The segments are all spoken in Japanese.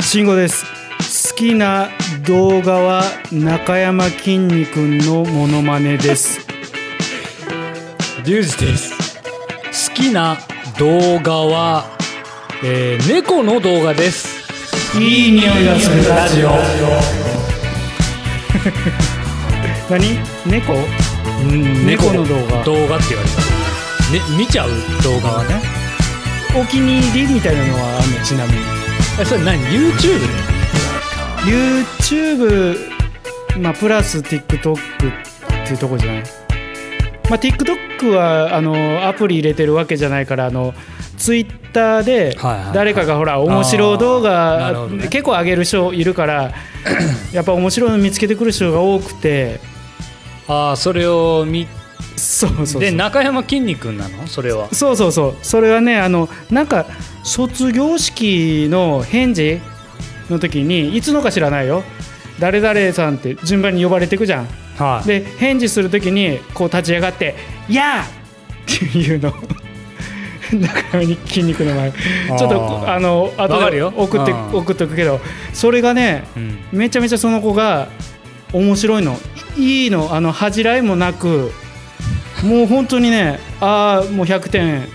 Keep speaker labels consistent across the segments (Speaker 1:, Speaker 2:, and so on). Speaker 1: 慎吾です好きな動画は中山きんに君のモノマネです
Speaker 2: リュウジです好きな動画は、えー、猫の動画です
Speaker 1: いい匂いがするラジオ何猫
Speaker 2: うん
Speaker 1: 猫の動画
Speaker 2: 動画って言われた、ね、見ちゃう動画はね
Speaker 1: お気に入りみたいなのはあんのちなみに
Speaker 2: えそれ何 YouTube で
Speaker 1: YouTube まあプラス TikTok っていうとこじゃないまあ TikTok はあのアプリ入れてるわけじゃないからあのツイッターで
Speaker 2: はいはいはい
Speaker 1: 誰かがほら面白動
Speaker 2: あーなる
Speaker 1: 画
Speaker 2: ほどね
Speaker 1: 結構上げる人いるから やっぱ面白いの見つけてくる人が多くて
Speaker 2: ああそれを見
Speaker 1: そうそうそう
Speaker 2: で中山きんに君なのそれは
Speaker 1: そうそうそうそれはねあのなんか卒業式の返事の時にいつのか知らないよ誰々さんって順番に呼ばれていくじゃん
Speaker 2: は
Speaker 1: で返事する時にこう立ち上がって「やあ!」 っていうの 中身に筋肉の前ちょっとこ
Speaker 2: あー
Speaker 1: あの後
Speaker 2: わかる
Speaker 1: で
Speaker 2: よ
Speaker 1: 送って
Speaker 2: うん
Speaker 1: 送っとくけどそれがね
Speaker 2: うん、
Speaker 1: めちゃめちゃその子が面白いのいいのあの恥じらいもなくもう本当にねああもう100点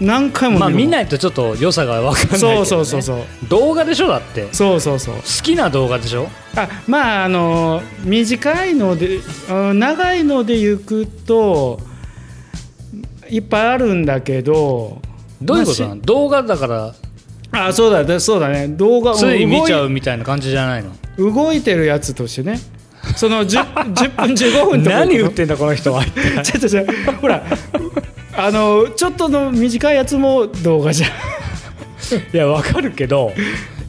Speaker 1: 何回も
Speaker 2: まあ見
Speaker 1: い
Speaker 2: ないとちょっと良さが分かんないけど、ね、
Speaker 1: そうそうそうそう
Speaker 2: 動画でしょだって好
Speaker 1: そうそうそう
Speaker 2: きな動画でしょ
Speaker 1: あまああの短いのでうん長いので行くといっぱいあるんだけど
Speaker 2: どういうことなの、動画だから
Speaker 1: あそうだだそうだね動画
Speaker 2: つい見ちゃ
Speaker 1: 動
Speaker 2: うみたいな感じじゃないの
Speaker 1: い動いてるやつとしてねその 10, 10分15分とか
Speaker 2: 何言ってんだこの人は
Speaker 1: ちょっとじゃほらあのちょっとの短いやつも動画じゃん
Speaker 2: いやわかるけ ど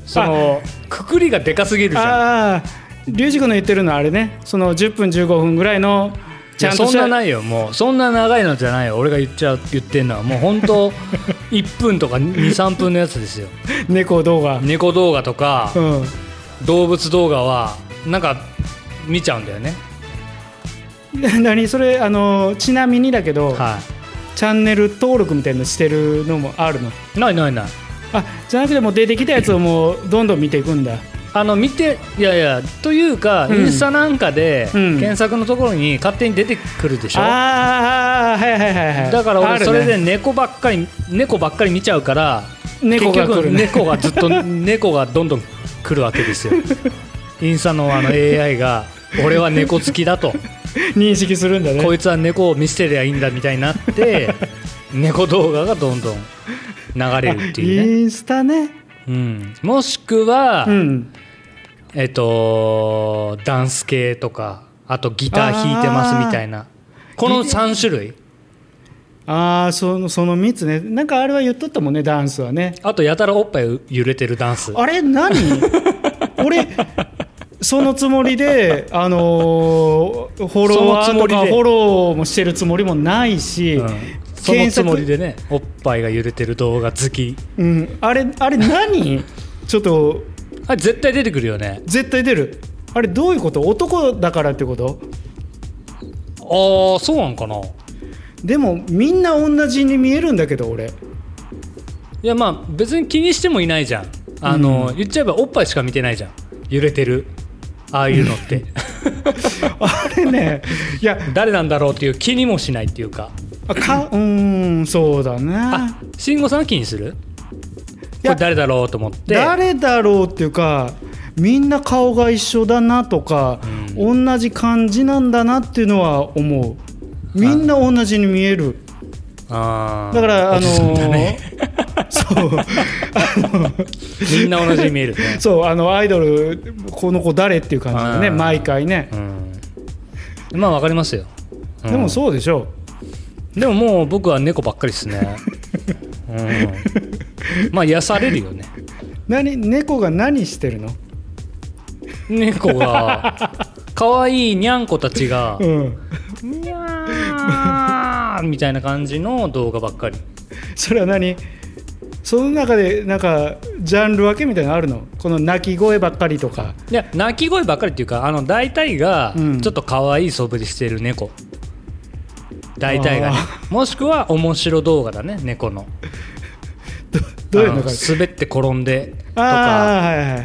Speaker 2: そのくくりがでかすぎるじゃん
Speaker 1: ああ龍二君の言ってるのはあれねその10分15分ぐらいの
Speaker 2: い
Speaker 1: ち
Speaker 2: や
Speaker 1: ゃんと
Speaker 2: そ
Speaker 1: し
Speaker 2: ん
Speaker 1: た
Speaker 2: なないよもうそんな長いのじゃないよ俺が言っちゃう言ってんのはもう本当 1分とか23分のやつですよ
Speaker 1: 猫動画、
Speaker 2: 猫動画 とか
Speaker 1: うん
Speaker 2: 動物動画はなんか見ちゃうんだよね
Speaker 1: な 何それあのちなみにだけど、
Speaker 2: は
Speaker 1: チャンネル登録みたいなのしてるのもあるの
Speaker 2: いないないない
Speaker 1: あじゃなくてもう出てきたやつをもうどんどん見ていくんだ
Speaker 2: あの見ていやいやというか、
Speaker 1: うん
Speaker 2: インスタなんかで、
Speaker 1: うん
Speaker 2: 検索のところに勝手に出てくるでしょ
Speaker 1: ああはいはいはいはい
Speaker 2: だから
Speaker 1: ある
Speaker 2: 俺
Speaker 1: ね
Speaker 2: それで猫ばっかり、猫ばっかり見ちゃうから
Speaker 1: 猫が来るね
Speaker 2: 結局猫がず っと猫がどんどん来るわけですよインスタのあの AI が俺は猫好きだと
Speaker 1: 認識するんだね
Speaker 2: こいつは猫を見捨てりゃいいんだみたいに なって猫動画がどんどん流れるっていうね、
Speaker 1: インスタね
Speaker 2: うん、もしくは、
Speaker 1: うん
Speaker 2: えっとダンス系とかあとギター弾いてますみたいなこの3種類
Speaker 1: ああそのその3つねなんかあれは言っとったもんねダンスはね
Speaker 2: あとやたらおっぱい揺れてるダンス
Speaker 1: あれ 何俺そのつもりで、あのーフォロワ
Speaker 2: そ
Speaker 1: ー
Speaker 2: のつも
Speaker 1: と
Speaker 2: り
Speaker 1: か
Speaker 2: で
Speaker 1: フォローもしてるつもりもないし、
Speaker 2: うんそのつもりでねおっぱいが揺れてる動画好き
Speaker 1: うん、あれあれ何ちょっと
Speaker 2: あれ絶対出てくるよね
Speaker 1: 絶対出るあれどういうこと男だからってこと
Speaker 2: ああそうなんかない
Speaker 1: でもみんな同じに見えるんだけど俺
Speaker 2: やまあ別に気にしてもいないじゃんあの、言っちゃえばおっぱいしか見てないじゃん揺れてるああいうのって
Speaker 1: あれねいや
Speaker 2: 誰なんだろうっていう気にもしないっていうか
Speaker 1: あかうーんそうだね
Speaker 2: あ慎吾さんは気にする
Speaker 1: い
Speaker 2: こ
Speaker 1: や
Speaker 2: れ誰だろうと思って
Speaker 1: 誰だろうっていうかみんな顔が一緒だなとか、同じ感じなんだなっていうのは思うみんな同じに見える
Speaker 2: あー
Speaker 1: だからあの
Speaker 2: おじさんだ
Speaker 1: ー
Speaker 2: ね
Speaker 1: そうあの
Speaker 2: みんな同じに見え るね
Speaker 1: そうあのアイドルこの子誰っていう感じだね
Speaker 2: うん
Speaker 1: 毎回ね、
Speaker 2: うんまあわかりますよ、うん
Speaker 1: でもそうでしょ
Speaker 2: でももう僕は猫ばっかりですね、うん、まあ癒されるよね
Speaker 1: 何猫が何してるの
Speaker 2: 猫が可愛いにゃんこたちが
Speaker 1: うん
Speaker 2: 「にゃー」みたいな感じの動画ばっかり
Speaker 1: それは何その中でなんかジャンル分けみたいなのあるのこの鳴き声ばっかりとか
Speaker 2: いや鳴き声ばっかりっていうかあの大体が
Speaker 1: うん
Speaker 2: ちょっと可愛い素振りしてる猫大体がね
Speaker 1: あ
Speaker 2: もしくは面白動画だね猫の
Speaker 1: どういうのか
Speaker 2: あ滑って転んでと
Speaker 1: あ
Speaker 2: か
Speaker 1: あはいはいはい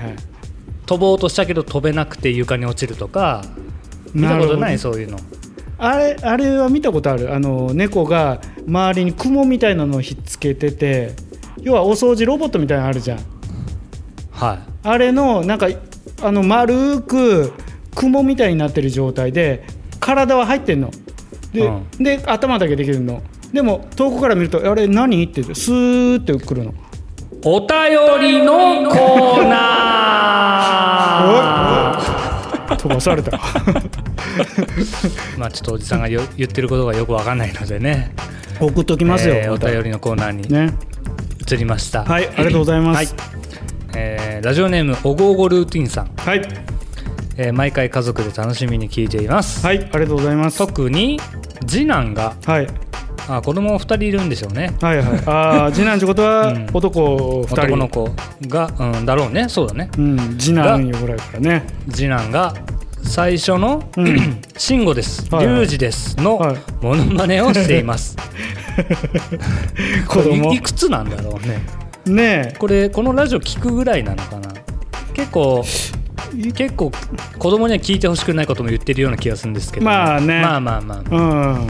Speaker 2: 飛ぼうとしたけど飛べなくて床に落ちるとか見たことない
Speaker 1: るほど
Speaker 2: そういうの
Speaker 1: あれあれは見たことあるあの猫が周りに雲みたいなのをひっつけてて要はお掃除ロボットみたいなのあるじゃん
Speaker 2: は
Speaker 1: あれのなんかあの丸く雲みたいになってる状態で体は入ってんので,、
Speaker 2: うん
Speaker 1: で頭だけできるのでも遠くから見ると「あれ何?」って言ってスーってくるの
Speaker 2: いお便りのコーナー
Speaker 1: 飛ばされた
Speaker 2: まあちょっとおじさんがよ言ってることがよくわかんないのでね
Speaker 1: 送っときますよ、
Speaker 2: えーお
Speaker 1: また
Speaker 2: 便りのコーナーに
Speaker 1: ね
Speaker 2: 移りました、
Speaker 1: はいありがとうございます
Speaker 2: えーラジオネームおごおごルーティンさん、
Speaker 1: はい、
Speaker 2: えー毎回家族で楽しみに聞いています、
Speaker 1: はい、ありがとうございますはい
Speaker 2: 特に次男が
Speaker 1: はい
Speaker 2: あ子供2人いるんでしょうね
Speaker 1: はいあ あ次男ってことは
Speaker 2: うん
Speaker 1: 男2人、
Speaker 2: 男の子が、うん、だろうねそうだね
Speaker 1: うん、次男よぐらいからね
Speaker 2: 次男が最初の
Speaker 1: うん
Speaker 2: 「 慎吾です」
Speaker 1: はいはい
Speaker 2: 龍二です」の
Speaker 1: はい
Speaker 2: モノマネをしています、
Speaker 1: 子供
Speaker 2: これいいくつなんだろうね
Speaker 1: ね
Speaker 2: これこのラジオ聞くぐらいなのかな結構結構子供には聞いてほしくないことも言ってるような気がするんですけど、
Speaker 1: まあね
Speaker 2: まあまあまあ
Speaker 1: えうん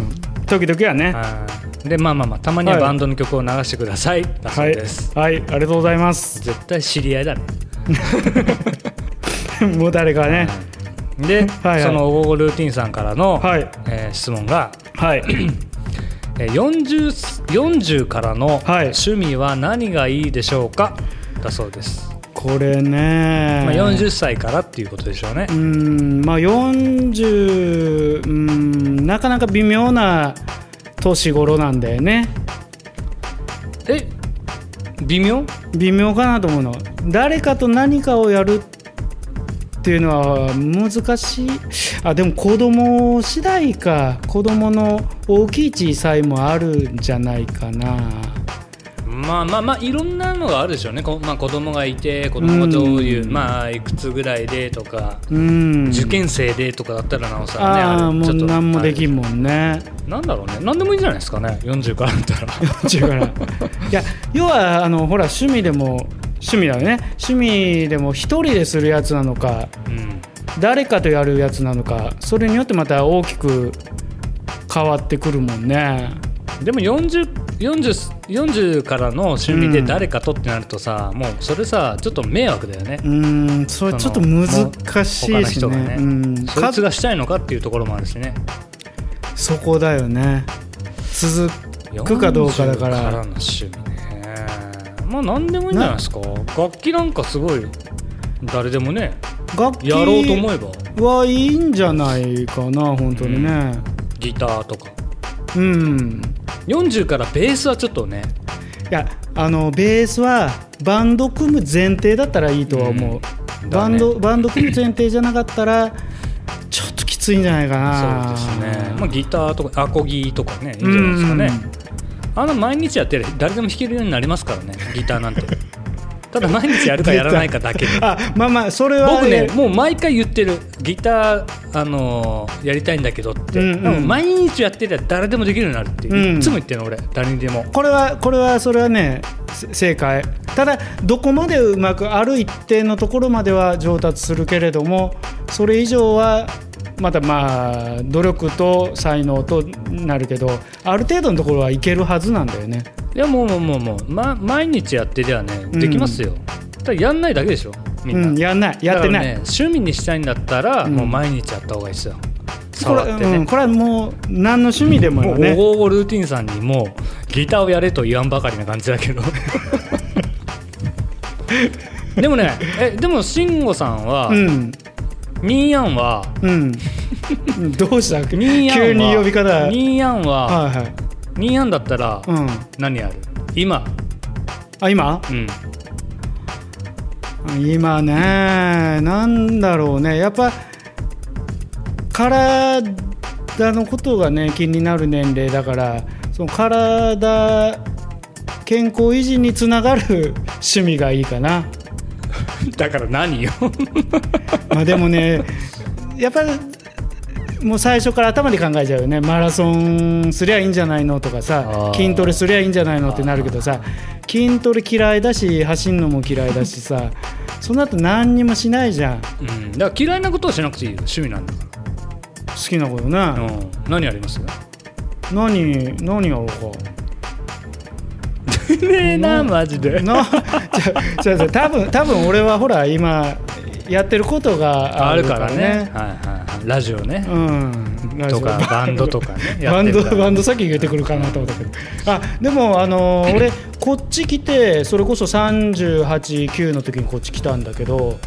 Speaker 1: 時々はね
Speaker 2: あーでまあまあまあたまには
Speaker 1: はい
Speaker 2: バンドの曲を流してください、だそうです、
Speaker 1: はい、はい、ありがとうございます。
Speaker 2: 絶対知り合いだね
Speaker 1: もう誰かね。
Speaker 2: で
Speaker 1: はい
Speaker 2: その「おごルーティン」さんからの、
Speaker 1: はい、
Speaker 2: えー質問が
Speaker 1: はい、
Speaker 2: 「えー 40, 40からの
Speaker 1: はい
Speaker 2: 趣味は何がいいでしょうか?」だそうです、
Speaker 1: これね。
Speaker 2: まあ、40歳からっていうことでしょうね
Speaker 1: う、ん、まあ、40、うん、なかなか微妙な年頃なんだよね。
Speaker 2: え微妙
Speaker 1: 微妙かなと思うの。誰かと何かをやるっていうのは難しい。あ、でも子供次第か。子供の大きい小さいもあるんじゃないかな。
Speaker 2: まあまあまあいろんなのがあるでしょうね、こまあ、子供がいて子供がどういう、
Speaker 1: うん
Speaker 2: まあいくつぐらいでとか、
Speaker 1: うん。
Speaker 2: 受験生でとかだったらなおさらね
Speaker 1: ああ
Speaker 2: れ
Speaker 1: もう
Speaker 2: ちょっと
Speaker 1: 何もでき
Speaker 2: は
Speaker 1: んもんね。
Speaker 2: いなんだろうね何でもいいんじゃないですかね40から だったら
Speaker 1: 違うから。いや要はあのほら趣味でも趣味だよね趣味でも一人でするやつなのか
Speaker 2: うん
Speaker 1: 誰かとやるやつなのかそれによってまた大きく変わってくるもんね。
Speaker 2: でも 40, 40, 40からの趣味で誰かとってなるとさ、もうそれさちょっと迷惑だよね
Speaker 1: う、ーんそれちょっと難し
Speaker 2: 他
Speaker 1: い
Speaker 2: の
Speaker 1: し
Speaker 2: 人が
Speaker 1: ね
Speaker 2: ね、
Speaker 1: うん、
Speaker 2: そい
Speaker 1: か
Speaker 2: つがしたいのかっていうところもあるしね
Speaker 1: そこだよね続くかどうかだから
Speaker 2: 40の趣味ねまあ何でもいいんじゃないですか楽器なんかすごい誰でもね
Speaker 1: 楽器
Speaker 2: やろうと思えば
Speaker 1: はいいんじゃないかな本当にね。
Speaker 2: ギターとか
Speaker 1: うん
Speaker 2: 40からベースはちょっとね
Speaker 1: いやあのベースはバンド組む前提だったらいいとは思う、
Speaker 2: うん
Speaker 1: バンド
Speaker 2: だね
Speaker 1: バンド組む前提じゃなかったらちょっときついんじゃないか
Speaker 2: そう
Speaker 1: な
Speaker 2: ですね、まあ、ギターとかアコギとかねいいんじゃないですかねあの毎日やってる誰でも弾けるようになりますからねギタ ーなんてただ毎日やるかやらないかだけで
Speaker 1: うん あまあまあそれは
Speaker 2: 僕ね
Speaker 1: え
Speaker 2: もう毎回言ってるギター、あのーやりたいんだけどって、
Speaker 1: うんうん
Speaker 2: でも毎日やってりゃ誰でもできるようになるって、
Speaker 1: うん
Speaker 2: いつも言ってるの俺誰にでも
Speaker 1: これはこれはそれはねせ正解ただどこまでうまくある一定のところまでは上達するけれどもそれ以上はまたまあ努力と才能となるけどある程度のところはいけるはずなんだよね
Speaker 2: いやもうもうもうもう、ま、毎日やってりゃねできますよ、ただやんないだけでしょみんな、
Speaker 1: うん、やんないやって
Speaker 2: だか
Speaker 1: な
Speaker 2: ら
Speaker 1: い、
Speaker 2: ね、趣味にしたいんだったら、
Speaker 1: うん
Speaker 2: もう毎日やった方がいいですよ
Speaker 1: これ,、
Speaker 2: 触ってね、
Speaker 1: うん、これはもう何の趣味でも
Speaker 2: も
Speaker 1: よ
Speaker 2: う
Speaker 1: ね、
Speaker 2: ゴーゴールーティンさんにもうギターをやれと言わんばかりな感じだ けどでもねえでも慎吾さんは、
Speaker 1: うん
Speaker 2: ミーヤンは
Speaker 1: うん、どうした
Speaker 2: ミーヤンは
Speaker 1: 急に呼び方はい
Speaker 2: ミーヤンは、
Speaker 1: はい、
Speaker 2: ミーヤンだったら
Speaker 1: うん、
Speaker 2: 何やる今、
Speaker 1: あ今
Speaker 2: うん、
Speaker 1: 今ねなんだろうねやっぱ体のことがね気になる年齢だからその体健康維持につながる趣味がいいかな
Speaker 2: だから何よ
Speaker 1: まあでもねやっぱりもう最初から頭で考えちゃうよねマラソンすりゃいいんじゃないのとかさ
Speaker 2: あー
Speaker 1: 筋トレすりゃいいんじゃないのってなるけどさ筋トレ嫌いだし走るのも嫌いだしさその後何にもしないじゃん好
Speaker 2: うん、だから嫌いなことはしなくていいよ趣味なんだか
Speaker 1: きなことな、
Speaker 2: ら、うん、何あり ます
Speaker 1: 何何やろうか
Speaker 2: ねえなマジで
Speaker 1: のじゃじゃじゃ多分多分俺はほら今やってることが
Speaker 2: あ
Speaker 1: あ
Speaker 2: る
Speaker 1: る
Speaker 2: か
Speaker 1: からら
Speaker 2: ね
Speaker 1: ね。
Speaker 2: はいはいはい、ラジオね、
Speaker 1: うん、ラジ
Speaker 2: と
Speaker 1: オ
Speaker 2: かバンドとか ねや
Speaker 1: バ
Speaker 2: って
Speaker 1: ン
Speaker 2: る
Speaker 1: ド
Speaker 2: から
Speaker 1: バンド先言ってくるかなと思ったけどあでも、あのー 俺こっち来てそれこそ389の時にこっち来たんだけど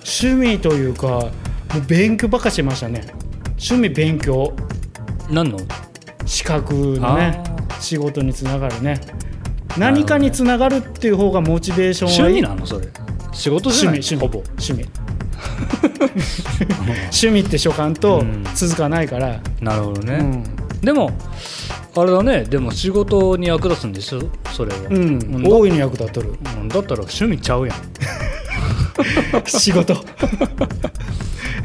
Speaker 1: 趣味というかもう勉強ばっかしてましたね趣味勉強
Speaker 2: 何の
Speaker 1: 資格のね
Speaker 2: あ
Speaker 1: 仕事につながるね何かにつながるっていう方がモチベーション
Speaker 2: 趣
Speaker 1: はいい
Speaker 2: 味なのそれ仕事じ
Speaker 1: 趣
Speaker 2: ゃ
Speaker 1: 味
Speaker 2: な
Speaker 1: 趣味
Speaker 2: いほぼ
Speaker 1: 趣味 趣味って所感と
Speaker 2: うん
Speaker 1: 続かないから、
Speaker 2: なるほど
Speaker 1: う
Speaker 2: ね、
Speaker 1: ん
Speaker 2: でもあれだねでも仕事に役立つんでしょそれは、
Speaker 1: う
Speaker 2: うん
Speaker 1: ん、
Speaker 2: だ
Speaker 1: 大いに役立っと る
Speaker 2: うんだったら趣味ちゃうやん、
Speaker 1: 仕事ち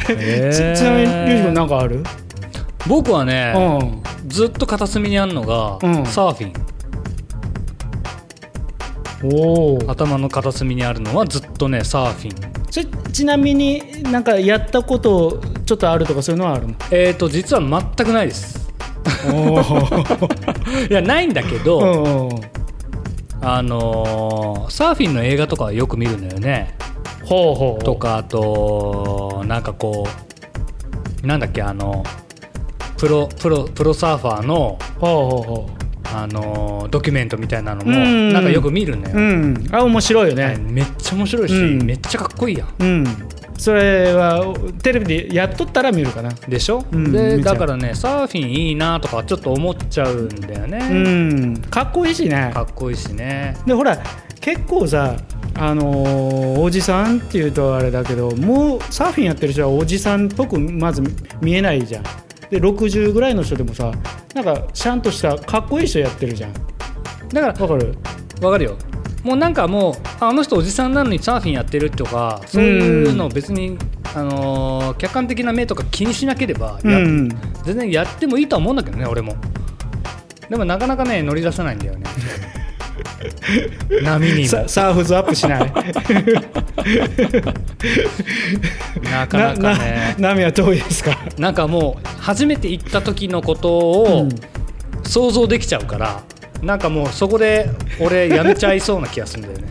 Speaker 2: え
Speaker 1: ちなみにリュウジ君なんかある、
Speaker 2: 僕はね、ずっと片隅にあるのが、
Speaker 1: うん
Speaker 2: サーフィン
Speaker 1: うんおお
Speaker 2: 頭の片隅にあるのはずっとねサーフィン
Speaker 1: それちなみになんかやったことちょっとあるとかそういうのはあるの
Speaker 2: えっ、ー、と実は全くないです
Speaker 1: お
Speaker 2: いやないんだけど、
Speaker 1: お
Speaker 2: あのーサーフィンの映画とかはよく見るのよね
Speaker 1: ほうほう
Speaker 2: とかあとなんかこうなんだっけあのプロプロプロサーファーの、
Speaker 1: ほうほうほ
Speaker 2: あのードキュメントみたいなのも
Speaker 1: うん
Speaker 2: なんかよく見るの
Speaker 1: うう
Speaker 2: よ、
Speaker 1: んあ面白いよね、
Speaker 2: はいめっちゃ面白いし、
Speaker 1: うん
Speaker 2: めっちゃかっこいいやん
Speaker 1: うんそれはテレビでやっとったら見るかな
Speaker 2: でしょ、
Speaker 1: うん
Speaker 2: で
Speaker 1: 見ちゃう
Speaker 2: だからねサーフィンいいなとかちょっと思っちゃうんだよ
Speaker 1: う
Speaker 2: ね、
Speaker 1: んかっこいいしね
Speaker 2: かっこいいしね
Speaker 1: でほら結構さあのーおじさんっていうとあれだけどもうサーフィンやってる人はおじさんっぽくまず見えないじゃんで60ぐらいの人でもさなんかシャンとしたかっこいい人やってるじゃん
Speaker 2: だ
Speaker 1: わ
Speaker 2: から
Speaker 1: かる
Speaker 2: わかるよもうなんかもうああの人おじさんなのにサーフィンやってるとかそういうのを別に、あのー客観的な目とか気にしなければ
Speaker 1: う
Speaker 2: や、
Speaker 1: ん
Speaker 2: 全然やってもいいとは思うんだけどね俺もでもなかなかね乗り出さないんだよ ね波に
Speaker 1: サ
Speaker 2: も
Speaker 1: サーフズアップしない
Speaker 2: なかなかね
Speaker 1: な波は遠いですか
Speaker 2: なんかもう初めて行った時のこと
Speaker 1: う
Speaker 2: を
Speaker 1: ん
Speaker 2: 想像できちゃうから、なんかもうそこで俺やめちゃいそうな気がするんだよね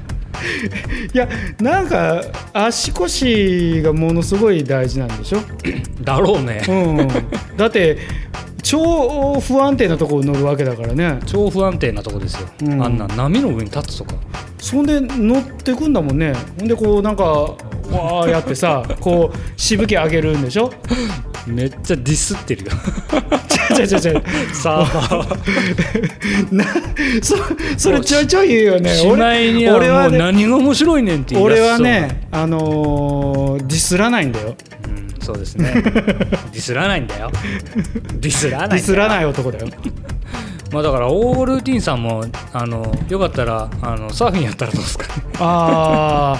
Speaker 1: いやなんか足腰がものすごい大事なんでしょ
Speaker 2: だろうね
Speaker 1: うん、だって超不安定なところを乗るわけだからね
Speaker 2: 超不安定なとこですよ、
Speaker 1: うん
Speaker 2: あんな波の上に立つとか
Speaker 1: そんで乗ってくんだもんねほんでこうなんかわーやってさこうしぶき上げるんでしょ
Speaker 2: めっちゃディスっ てるよ
Speaker 1: ちゃちゃちゃちゃ
Speaker 2: サーファー
Speaker 1: なそそれちょいちょい言うよね
Speaker 2: しまいには
Speaker 1: 俺
Speaker 2: もう
Speaker 1: ね
Speaker 2: 何が面白いねんって言い出
Speaker 1: 俺
Speaker 2: し
Speaker 1: は
Speaker 2: そうな
Speaker 1: ねあのーディスらないんだよ
Speaker 2: うん、そうですね ディスらないんだよディスらないんだ
Speaker 1: ディ
Speaker 2: よ
Speaker 1: スらない男だよ
Speaker 2: まあだからオールーティンさんもあのよかったらあのサーフィンやったらどうですかね
Speaker 1: あ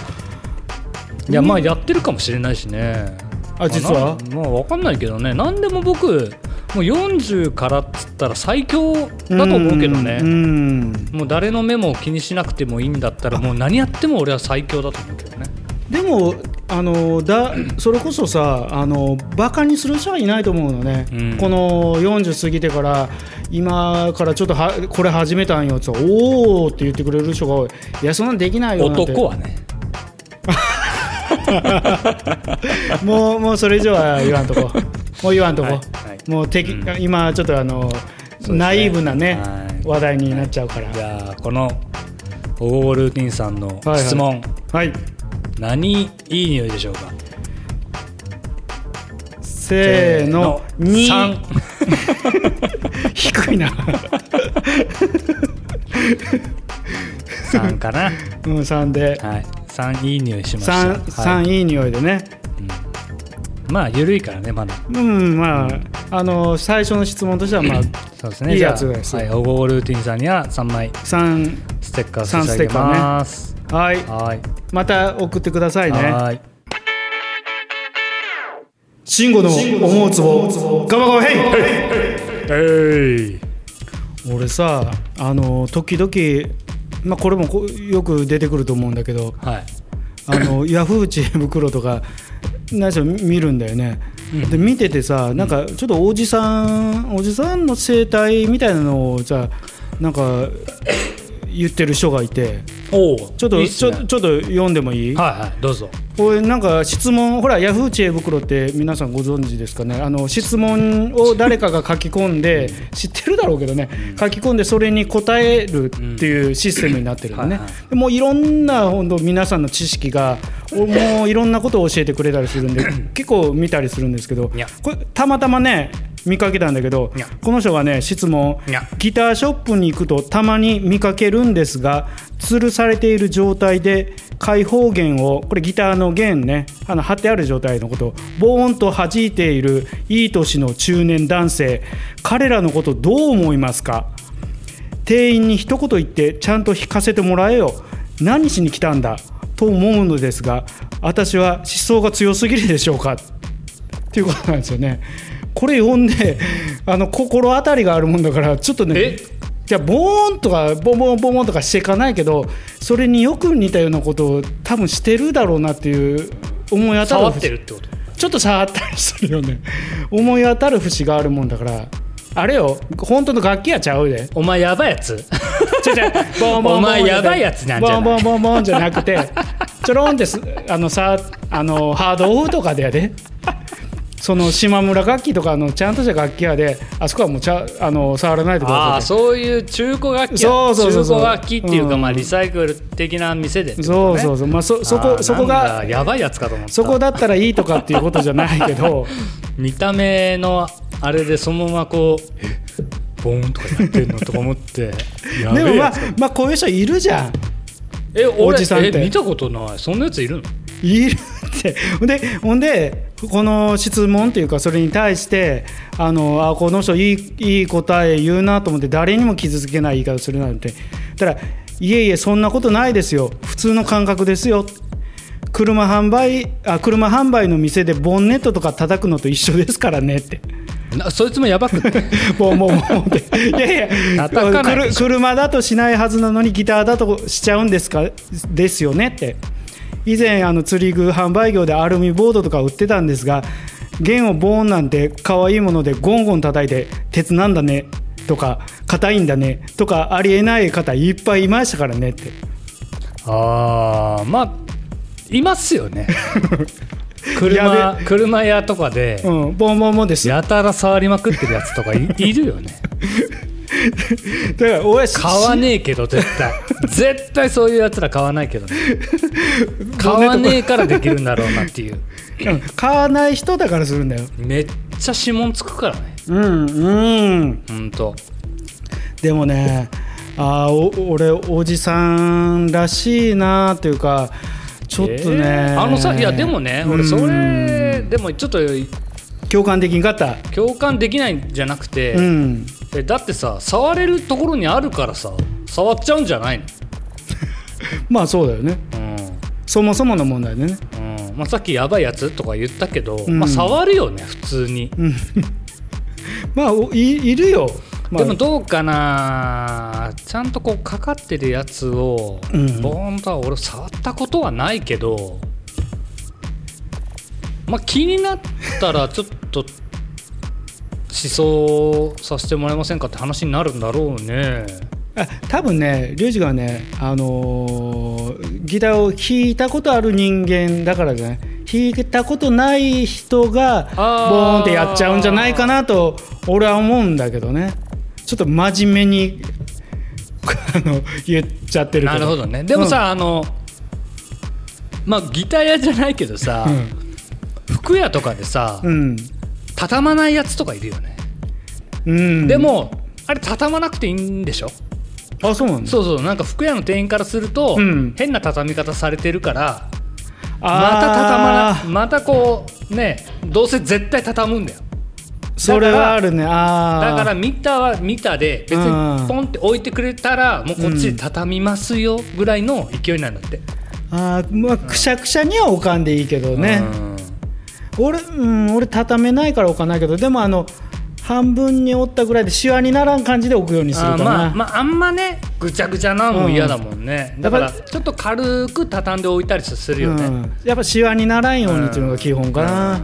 Speaker 2: いやまあやってるかもしれないしね
Speaker 1: あ実は
Speaker 2: まあ分かんないけどね何でも僕もう40からっつったら最強
Speaker 1: ー
Speaker 2: だと思うけどね
Speaker 1: うんうん
Speaker 2: もう誰の目も気にしなくてもいいんだったらもう何やっても俺は最強だと思うけどね
Speaker 1: でもあのだそれこそさあのバカにする人はいないと思うのね、
Speaker 2: うん
Speaker 1: この40過ぎてから今からちょっとはこれ始めたんよって言ったらおおって言ってくれる人が多いいやそんなんできないよなんて
Speaker 2: 男はね
Speaker 1: もうもうそれ以上は言わんと こもう言わんとこ、
Speaker 2: はいはい
Speaker 1: もう敵、
Speaker 2: うん
Speaker 1: 今ちょっとあの、
Speaker 2: すね
Speaker 1: ナイーブなね、
Speaker 2: はい
Speaker 1: 話題になっちゃうから
Speaker 2: じゃあこのオールーティンさんの質問、
Speaker 1: はい
Speaker 2: 何いい匂いでしょうか
Speaker 1: せーの
Speaker 2: せ
Speaker 1: に
Speaker 2: ーの
Speaker 1: 低いな、
Speaker 2: 三三かな
Speaker 1: うん、3で
Speaker 2: はい三いい匂いしました
Speaker 1: 3、
Speaker 2: はい
Speaker 1: 三いい匂いでね
Speaker 2: まあ緩いからねまだ
Speaker 1: うんまあ、あの最初の質問としては、まあ、
Speaker 2: そうですね
Speaker 1: いいや
Speaker 2: じゃあ
Speaker 1: つです
Speaker 2: はい、オゴールーティンさんには三枚
Speaker 1: 3
Speaker 2: ステッカー差し上げます、
Speaker 1: はい
Speaker 2: はい
Speaker 1: また送ってくださいね
Speaker 2: はい
Speaker 1: 慎吾の思うつぼガバガバヘイ
Speaker 2: えい
Speaker 1: 俺さあの時々、まあ、これもこうよく出てくると思うんだけど
Speaker 2: はい
Speaker 1: あ のヤフー知恵袋とか何しろ見るんだよね、
Speaker 2: うん
Speaker 1: で見ててさなんかちょっとおじさんおじさんの生態みたいなのをさなんか言ってる人がいて
Speaker 2: おお
Speaker 1: ちょっと
Speaker 2: いいす
Speaker 1: ちょ
Speaker 2: ね
Speaker 1: ちょっと読んでもいい、
Speaker 2: はいはいどうぞ
Speaker 1: これなんか質問ほらヤフー知恵袋って皆さんご存知ですかねあの質問を誰かが書き込んで知ってるだろうけどね書き込んでそれに答えるっていうシステムになってるのね、
Speaker 2: うんはいは
Speaker 1: でもういろんな本当皆さんの知識がおもういろんなことを教えてくれたりする んで結構見たりするんですけど
Speaker 2: いや
Speaker 1: これたまたまね見かけたんだけど
Speaker 2: いや
Speaker 1: この人がね質問
Speaker 2: いや
Speaker 1: ギターショップに行くとたまに見かけるんですが吊るされている状態で開放弦をこれギターの弦ねあの貼ってある状態のことをボーンと弾いているいい年の中年男性彼らのことどう思いますか店員に一言言ってちゃんと弾かせてもらえよ何しに来たんだと思うのですが私は思想が強すぎるでしょうかっていうことなんですよねこれ読んであの心当たりがあるもんだからちょっとね
Speaker 2: え
Speaker 1: じゃあボーンとかボンボンボンボンとかしていかないけどそれによく似たようなことを多分してるだろうなっていう思い当たる
Speaker 2: 触ってるってこと
Speaker 1: ちょっと触ったりするよね思い当たる節があるもんだからあれよ本当の楽器やちゃうで
Speaker 2: お前やばいや つ
Speaker 1: ちょちょボンボンボン
Speaker 2: お前やばいやつなんじゃない
Speaker 1: ボンボンボンボンじゃなくてちょろんってすあのさあのハードオフとかでやでその島村楽器とかのちゃんとした楽器屋であそこはもうちゃあの触らないでくだ
Speaker 2: あ
Speaker 1: さいと
Speaker 2: あそういう中古楽器や
Speaker 1: そうそうそうそう
Speaker 2: 中古楽器っていうか、
Speaker 1: うん
Speaker 2: まあリサイクル的な店でってこと
Speaker 1: そう
Speaker 2: ね
Speaker 1: そうそうまあそそ
Speaker 2: あ
Speaker 1: こ
Speaker 2: ー
Speaker 1: そこ
Speaker 2: なん
Speaker 1: が
Speaker 2: だやばいやつかと思った
Speaker 1: そこだったらいいとかっていうことじゃないけど
Speaker 2: 見た目のあれでそのままこうえボーンとかやってんのとか思って や
Speaker 1: で
Speaker 2: べ
Speaker 1: も
Speaker 2: え
Speaker 1: まあ
Speaker 2: やつ
Speaker 1: まあこういう人いるじゃん
Speaker 2: え俺
Speaker 1: おじさんって
Speaker 2: え見たことないそんなやついるの
Speaker 1: いるって ほんでほんでこの質問というかそれに対してあのあこの人いいいい答え言うなと思って誰にも傷つけない言い方するなんてたらいえいえそんなことないですよ普通の感覚ですよ車販売あ車販売の店でボンネットとか叩くのと一緒ですからねって
Speaker 2: なそいつもやば くて
Speaker 1: ボンボンボンっていやいや
Speaker 2: 叩かない
Speaker 1: くる車だとしないはずなのにギターだとしちゃうんですかですよねって以前あの釣り具販売業でアルミボードとか売ってたんですが弦をボーンなんて可愛いものでゴンゴン叩いて鉄なんだねとか硬いんだねとかありえない方いっぱいいましたからねって
Speaker 2: ああまあいますよね
Speaker 1: や
Speaker 2: 車車屋とかで、
Speaker 1: うんボンボンボンですだか
Speaker 2: やたら触りまくってるやつとか いいるよね
Speaker 1: ら俺は
Speaker 2: 買わねえけど絶対絶対そういうやつら買わないけ どね
Speaker 1: とか
Speaker 2: 買わねえからできるんだろうなっていう
Speaker 1: うん買わない人だからするんだよ
Speaker 2: めっちゃ指紋つくからね
Speaker 1: うんうん
Speaker 2: ほんと
Speaker 1: でもねあーお俺おじさんらしいなというかちょっとね、
Speaker 2: えーあのさいやでもね
Speaker 1: う
Speaker 2: 俺
Speaker 1: ん
Speaker 2: それでもちょっと
Speaker 1: 共感できんかった
Speaker 2: 共感できないんじゃなくて、
Speaker 1: うん
Speaker 2: えだってさ触れるところにあるからさ触っちゃうんじゃないの、
Speaker 1: まあそうだよねそもそもの問題でね
Speaker 2: うんうんまあ、さっきやばいやつとか言ったけど、
Speaker 1: ん
Speaker 2: まあ、触るよね普通に、
Speaker 1: まあおいいるよ、まあ、
Speaker 2: でもどうかなちゃんとこうかかってるやつを、
Speaker 1: うん
Speaker 2: ボーンとは俺触ったことはないけどまあ気になったらちょっと思想させてもらえませんかって話になるんだろうね
Speaker 1: あ多分ねリュウジがね、あのーギターを弾いたことある人間だからじゃない弾いたことない人がボ
Speaker 2: あー
Speaker 1: ーンってやっちゃうんじゃないかなと俺は思うんだけどねちょっと真面目に あの言っちゃってるけど
Speaker 2: なるほどねでもさ、あのまあギター屋じゃないけどさ、服屋とかでさ、
Speaker 1: うん、
Speaker 2: 畳まないやつとかいるよね、
Speaker 1: うんうん、
Speaker 2: でもあれ畳まなくていいんでしょ
Speaker 1: あそうなんだ
Speaker 2: そうそうなんか服屋の店員からすると、
Speaker 1: うん
Speaker 2: 変な畳み方されてるからまた畳ま
Speaker 1: あ
Speaker 2: な
Speaker 1: ー
Speaker 2: またこうねどうせ絶対畳むんだよ
Speaker 1: それはあるねあー
Speaker 2: だから見たは見たで別
Speaker 1: うん
Speaker 2: にポンって置いてくれたらもうこっちで畳みますよぐらいの勢いなんだって、
Speaker 1: あー、まあ、くしゃくしゃにはおかんでいいけどね、
Speaker 2: うん
Speaker 1: 俺,、うん、俺畳めないから置かないけどでもあの半分に折ったぐらいでシワにならん感じで置くようにするか
Speaker 2: あ
Speaker 1: な、
Speaker 2: ーまあまああんまねぐちゃぐちゃなのも嫌だもんね、
Speaker 1: うん
Speaker 2: だから
Speaker 1: だから
Speaker 2: ちょっと軽く畳んで置いたりするよね、
Speaker 1: うん、やっぱシワにならんようにっていうのが基本かな、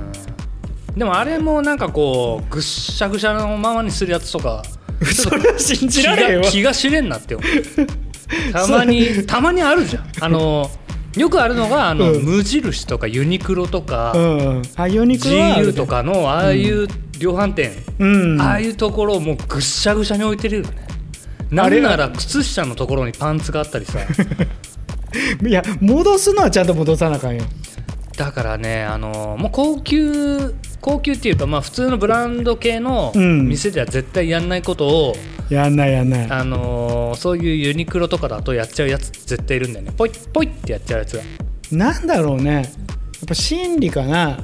Speaker 2: でもあれもなんかこうぐっしゃぐしゃのままにするやつとか
Speaker 1: それは信じ
Speaker 2: 気
Speaker 1: ら
Speaker 2: が
Speaker 1: れへんわ
Speaker 2: 気が知れんなって思うたまにたまにあるじゃんあのよくあるのがあの、
Speaker 1: うん
Speaker 2: 無印とかユニクロとか、
Speaker 1: うん、あユニクロはあるで
Speaker 2: GU とかのああいう量販店、
Speaker 1: うん、
Speaker 2: ああいうところをもうぐっしゃぐしゃに置いてるよねな
Speaker 1: あ
Speaker 2: ん
Speaker 1: れ
Speaker 2: なら靴下のところにパンツがあったりさ
Speaker 1: いや戻すのはちゃんと戻さなあかんよ
Speaker 2: だからねあのもう高級高級っていうか、まあ、普通のブランド系の
Speaker 1: うん
Speaker 2: 店では絶対やんないことを、
Speaker 1: やんないやんない
Speaker 2: あのそういうユニクロとかだとやっちゃうやつ絶対いるんだよねポイッポイッってやっちゃうやつが
Speaker 1: なんだろうねやっぱ心理かな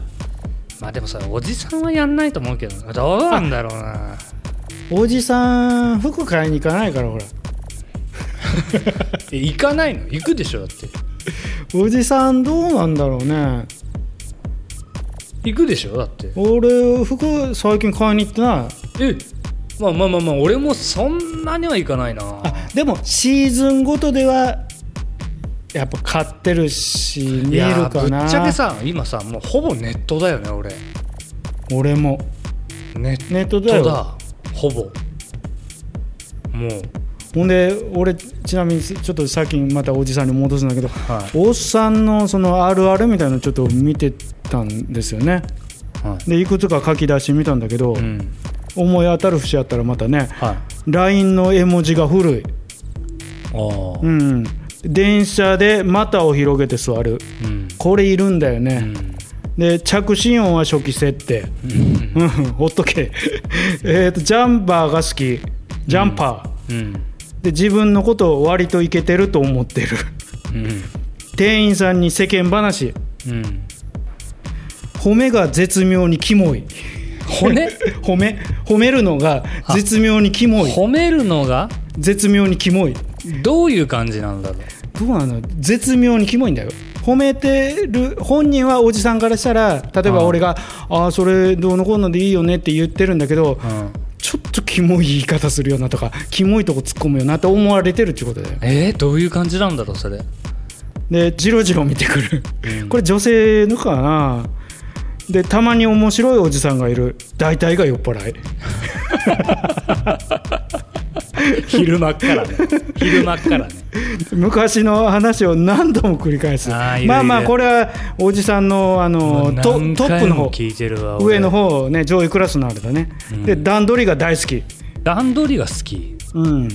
Speaker 2: まあでもさおじさんはやんないと思うけどなどうなんだろ うな
Speaker 1: おじさん服買いに行かないからほら
Speaker 2: え行かないの行くでしょだって
Speaker 1: おじさんどうなんだろうね
Speaker 2: 行くでしょだって
Speaker 1: 俺服最近買いに行ってない
Speaker 2: えまあまあまあまあ俺もそんなにはいかないな
Speaker 1: あでもシーズンごとではやっぱ買ってるし見る
Speaker 2: や
Speaker 1: かな
Speaker 2: ぶっちゃけさ今さもうほぼネットだよね俺
Speaker 1: 俺も
Speaker 2: ネッ
Speaker 1: ネットだ
Speaker 2: ト
Speaker 1: よ
Speaker 2: だほぼもう
Speaker 1: ほんで俺ちなみにちょっとさっきまたおじさんに戻すんだけど
Speaker 2: は
Speaker 1: おっさんのそのあるあるみたいなのちょっと見てたんですよね
Speaker 2: いはい
Speaker 1: でいくつか書き出し見たんだけど、
Speaker 2: うん
Speaker 1: 思い当たる節あったらまたね
Speaker 2: はい
Speaker 1: LINE の絵文字が古い、
Speaker 2: ああ
Speaker 1: うん、電車で股を広げて座る
Speaker 2: うん
Speaker 1: これいるんだよ
Speaker 2: う
Speaker 1: ね、
Speaker 2: ん
Speaker 1: で着信音は初期設定
Speaker 2: うん
Speaker 1: うんほっとけえーとジャンバーが好きジャンパー、
Speaker 2: うん
Speaker 1: で自分のことを割とイケてると思ってる
Speaker 2: うん
Speaker 1: 店員さんに世間話
Speaker 2: うん
Speaker 1: 褒めが絶妙にキモい
Speaker 2: 骨
Speaker 1: 褒め褒めるのが絶妙にキモい
Speaker 2: 褒めるのが
Speaker 1: 絶妙にキモい
Speaker 2: どういう感じなんだろう
Speaker 1: どうなの絶妙にキモいんだよ褒めてる本人はおじさんからしたら例えば俺が「ああーそれどうのこうのでいいよね」って言ってるんだけど
Speaker 2: うん
Speaker 1: ちょっとキモい言い方するよなとかキモいとこ突っ込むよなと思われてるってことだよ
Speaker 2: えー、どういう感じなんだろうそれ
Speaker 1: でジロジロ見てくる
Speaker 2: うん
Speaker 1: これ女性のかなでたまに面白いおじさんがいる大体が酔っ払い
Speaker 2: 昼間っから ね昼間っからね
Speaker 1: 昔の話を何度も繰り返す
Speaker 2: あーいるいる
Speaker 1: まあまあこれはおじさんのあのトト
Speaker 2: 何
Speaker 1: ッ
Speaker 2: 回
Speaker 1: プの
Speaker 2: も
Speaker 1: 方
Speaker 2: 聞いてるわ俺
Speaker 1: 上の方ね上位クラスのあれだね、
Speaker 2: うん
Speaker 1: で段取りが大好き
Speaker 2: 段取りが好き
Speaker 1: うん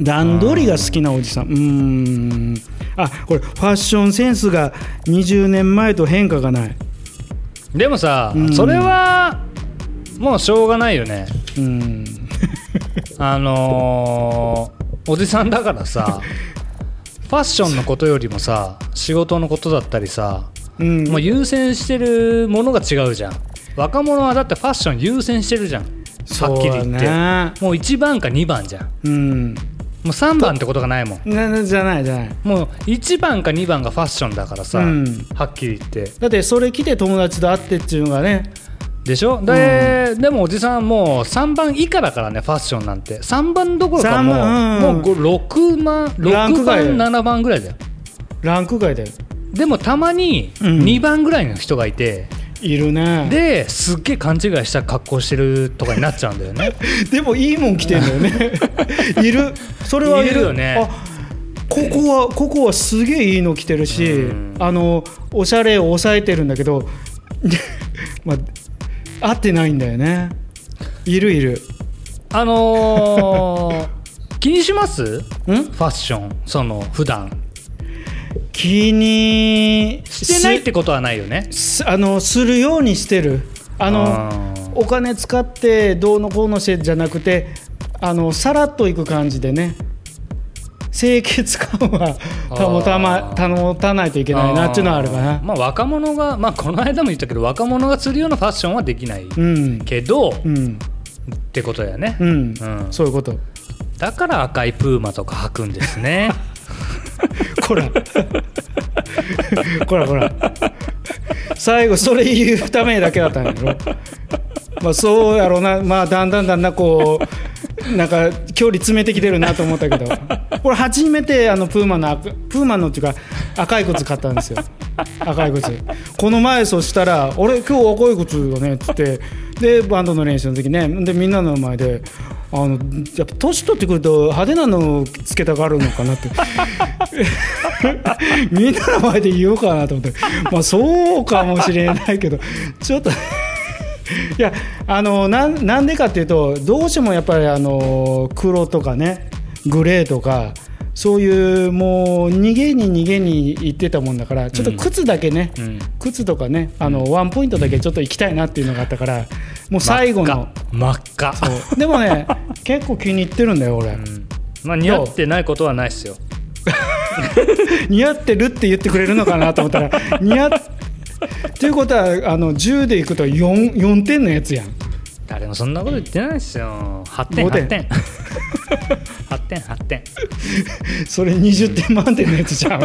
Speaker 1: 段取りが好きなおじさんうーんあこれファッションセンスが20年前と変化がない
Speaker 2: でもさ、
Speaker 1: うん
Speaker 2: それはもうしょうがないよね
Speaker 1: うん
Speaker 2: あのーおじさんだからさファッションのことよりもさ仕事のことだったりさ
Speaker 1: うん
Speaker 2: もう優先してるものが違うじゃん若者はだってファッション優先してるじゃんはっきり言って、
Speaker 1: そうだね
Speaker 2: もう1番か2番じゃんも
Speaker 1: うん
Speaker 2: う3番ってことがないもん
Speaker 1: ななじゃないじゃない
Speaker 2: もう1番か2番がファッションだからさ、
Speaker 1: うん
Speaker 2: はっきり言って
Speaker 1: だってそれ来て友達と会ってっていうのがね
Speaker 2: でしょで,、でもおじさんもう3番以下だからねファッションなんて3番どころかもう,、
Speaker 1: 三
Speaker 2: も
Speaker 1: 番
Speaker 2: うご6番
Speaker 1: ラン
Speaker 2: 6
Speaker 1: ク外
Speaker 2: 番7番ぐらいだよ
Speaker 1: ランク外で
Speaker 2: でもたまに
Speaker 1: うん
Speaker 2: 2番ぐらいの人がいて、
Speaker 1: いるね
Speaker 2: ですっげえ勘違いした格好してるとかになっちゃうんだよね
Speaker 1: でもいいもん着てんだよ ねいるそれはいる
Speaker 2: いるよね
Speaker 1: あここはここはすげえいいの着てるし
Speaker 2: うん
Speaker 1: あのおしゃれを抑えてるんだけど まあ合ってないんだよねいるいる
Speaker 2: あのー気にしますフ
Speaker 1: ん
Speaker 2: ァッションその普段
Speaker 1: 気に
Speaker 2: してないってことはないよね
Speaker 1: すあのするようにしてるあの
Speaker 2: ー
Speaker 1: お金使ってどうのこうのしてじゃなくてあのさらっといく感じでね清潔感は保た,、ま
Speaker 2: あ、ー
Speaker 1: 保たないといけないなっていうのはあるか
Speaker 2: ー
Speaker 1: な
Speaker 2: まあ若者がまあこの間も言ったけど若者がするようなファッションはできない
Speaker 1: うん
Speaker 2: けど、
Speaker 1: う
Speaker 2: っ
Speaker 1: ん
Speaker 2: てことだよね、
Speaker 1: うん、
Speaker 2: うん
Speaker 1: そういうこと
Speaker 2: だから赤いプーマとか履くんですね
Speaker 1: こらこらこら最後それ言うためだけだったんやろまあそうやろうなまあだんだんだんだんこうなんか距離詰めてきてるなと思ったけどこれ初めてあのプーマの赤プーマのっていうか赤い靴買ったんですよ赤い靴この前そしたら「俺今日赤い靴よね」っつってでバンドの練習の時ねでみんなの前であのやっぱ年取ってくると派手なのつけたがるのかなって みんなの前で言おうかなと思ってまあそうかもしれないけどちょっと いやあのなんなんでかっていうとどうしてもやっぱりあの黒とかねグレーとかそういうもう逃げに逃げに行ってたもんだからちょっと靴だけね、
Speaker 2: うん
Speaker 1: 靴とかねあのワンポイントだけちょっと行きたいなっていうのがあったからもう最後の。
Speaker 2: 真っ赤真っ赤
Speaker 1: でもね結構気に入ってるんだよ俺、
Speaker 2: うんまあ似合ってないことはないですよ
Speaker 1: 似合ってるって言ってくれるのかなと思った ら似合っっていうことはあの10でいくと 4, 4点のやつやん
Speaker 2: 誰もそんなこと言ってないですよ8点
Speaker 1: 五点
Speaker 2: 8点 8点8点
Speaker 1: それ20点満点のやつじゃ ん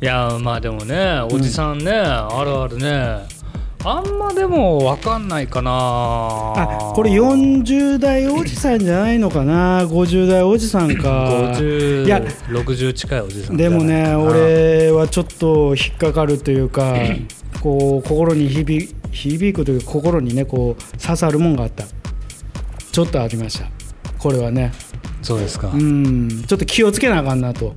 Speaker 2: いやまあでもねおじさんね、あるあるねあんまでも分かんないかな
Speaker 1: あこれ40代おじさんじゃないのかな50代おじさんかいや
Speaker 2: 5060近いおじさん
Speaker 1: でもね
Speaker 2: うん
Speaker 1: 俺はちょっと引っかかるというかこう心に響響くというか心にねこう刺さるもんがあったちょっとありましたこれはね
Speaker 2: そうですか、
Speaker 1: うんちょっと気をつけなあかんなと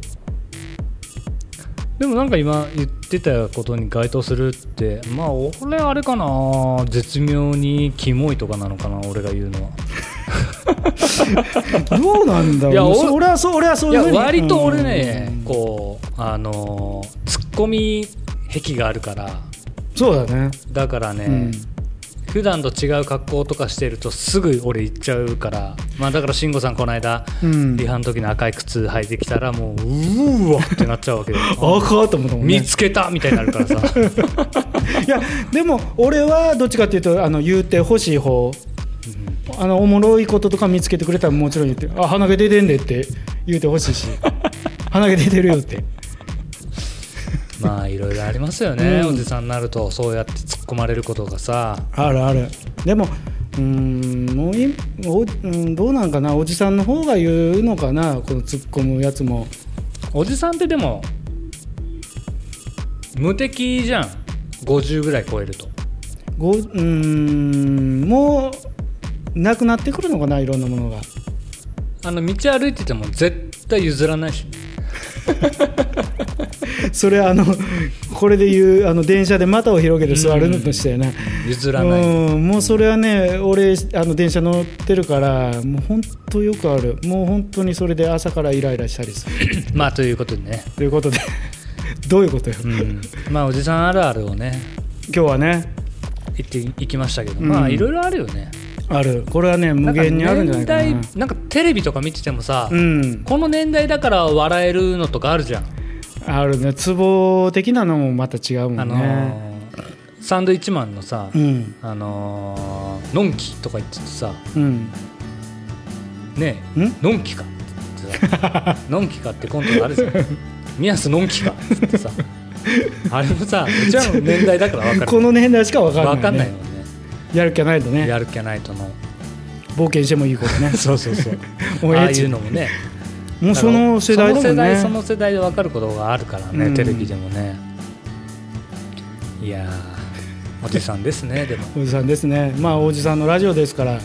Speaker 2: でもなんか今言ってたことに該当するってまあ俺あれかな絶妙にキモいとかなのかな俺が言うのは
Speaker 1: どうなんだろう
Speaker 2: いや
Speaker 1: もうそ
Speaker 2: お
Speaker 1: 俺はそう俺はそう
Speaker 2: い
Speaker 1: いう
Speaker 2: や
Speaker 1: ふうに
Speaker 2: 割と俺ね、
Speaker 1: うん
Speaker 2: こうあのーツッコミ癖があるから
Speaker 1: そうだね
Speaker 2: だからね、
Speaker 1: うん
Speaker 2: 普段と違う格好とかしてるとすぐ俺行っちゃうからまあだから慎吾さんこの間、
Speaker 1: うん
Speaker 2: リハの時の赤い靴履いてきたらもううーわってなっちゃうわけ で
Speaker 1: あかと思ったもんね
Speaker 2: 見つけたみたいになるからさ
Speaker 1: いやでも俺はどっちかっていうとあの言うてほしい方あのおもろいこととか見つけてくれたらもちろん言って「あ鼻毛出てんで」って言うてほしい し「鼻毛出てるよ」って
Speaker 2: まあいろいろありますよね、
Speaker 1: うん
Speaker 2: おじさんになるとそうやって突っ込まれることがさ
Speaker 1: あるあるでもうーんもういお、うん、どうなんかなおじさんの方が言うのかなこの突っ込むやつも
Speaker 2: おじさんってでも無敵じゃん50ぐらい超えると
Speaker 1: ごうーんもうなくなってくるのかないろんなものが
Speaker 2: あの道歩いてても絶対譲らないし
Speaker 1: それあのこれで言うあの電車で股を広げて座るのとしたよね、
Speaker 2: 譲らない、
Speaker 1: うん、もうそれはね俺あの電車乗ってるからもう本当よくあるもう本当にそれで朝からイライラしたりする
Speaker 2: まあということでね、
Speaker 1: ということでどういうことよ、
Speaker 2: う
Speaker 1: 今
Speaker 2: ん、まあおじさんあるあるをね
Speaker 1: 日はね
Speaker 2: 言っていきましたけど、
Speaker 1: うん
Speaker 2: まあいろいろあるよね
Speaker 1: あるこれはね無限にあるんじゃないかな
Speaker 2: なんか年代なんかテレビとか見ててもさ、
Speaker 1: うん
Speaker 2: この年代だから笑えるのとかあるじゃん、
Speaker 1: あるねツボ的なのもまた違うも
Speaker 2: あ
Speaker 1: ん
Speaker 2: の
Speaker 1: ね、
Speaker 2: ーサンドイッチマンのさ、
Speaker 1: うん
Speaker 2: あのーのんきとか言っててさ
Speaker 1: うん
Speaker 2: ねえ
Speaker 1: ん
Speaker 2: のんきかって言ってさのんきかってコントがあるじ ゃん宮須のんきかって言ってさあれもさうちらの年代だから分か
Speaker 1: こ
Speaker 2: る
Speaker 1: の年代しか分かんない、ね、
Speaker 2: 分かんないよね
Speaker 1: やる気はないとね
Speaker 2: やる気ないとの
Speaker 1: 冒険してもいいことね
Speaker 2: そうそうそう
Speaker 1: もう
Speaker 2: あ
Speaker 1: エ
Speaker 2: あ
Speaker 1: ッ
Speaker 2: い
Speaker 1: チ
Speaker 2: うのもね
Speaker 1: もうその世代だもんね
Speaker 2: その世代その世代で分かることがあるからね、
Speaker 1: うん
Speaker 2: テレビでもねいやーおじさんですねでも
Speaker 1: おじさんですねまあおじさんのラジオですから
Speaker 2: はい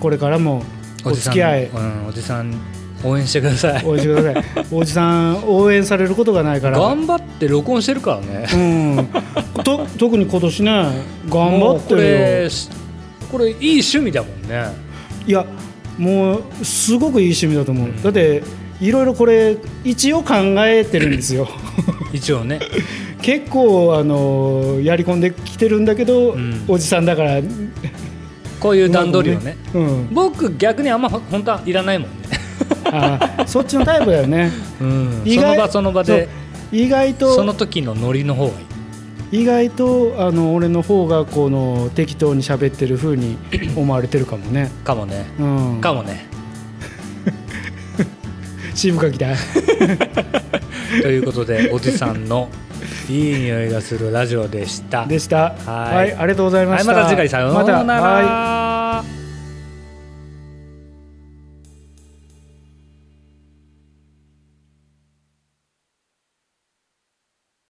Speaker 1: これからもお
Speaker 2: おじ
Speaker 1: 付
Speaker 2: さん
Speaker 1: き合い
Speaker 2: うん、おじさん応援してください
Speaker 1: 応援してくだ さいおじさん応援されることがないから
Speaker 2: 頑張って録音してるからね
Speaker 1: うんと特に今年ね頑張
Speaker 2: もう
Speaker 1: っ
Speaker 2: こ
Speaker 1: てるよ
Speaker 2: れしこれいい趣味だもんね
Speaker 1: いやもうすごくいい趣味だと思う、だっていろいろこれ一応考えてるん ですよ
Speaker 2: 一応 ね
Speaker 1: 結構あのやり込んできてるんだけど、
Speaker 2: うん
Speaker 1: おじさんだから
Speaker 2: こういう段取りをね
Speaker 1: うん
Speaker 2: 僕逆にあんまほ本当はいらないもんね、
Speaker 1: あそっちのタイプだよね
Speaker 2: うん
Speaker 1: 意
Speaker 2: その
Speaker 1: 外
Speaker 2: 場その場で
Speaker 1: そう意外
Speaker 2: そ
Speaker 1: と
Speaker 2: の時のノリの方がいい
Speaker 1: 意外とあの俺の方がこの適当に喋ってる風 に思われてるかもね、
Speaker 2: かもね
Speaker 1: うん、
Speaker 2: かもね
Speaker 1: チーム書きたい
Speaker 2: というこ とでおじさんのいい匂いがするラジオでした。
Speaker 1: でした。
Speaker 2: はい
Speaker 1: ありがとうございま
Speaker 2: は
Speaker 1: し
Speaker 2: い、
Speaker 1: た。
Speaker 2: また次回さような
Speaker 1: ま
Speaker 2: ら。
Speaker 1: たはい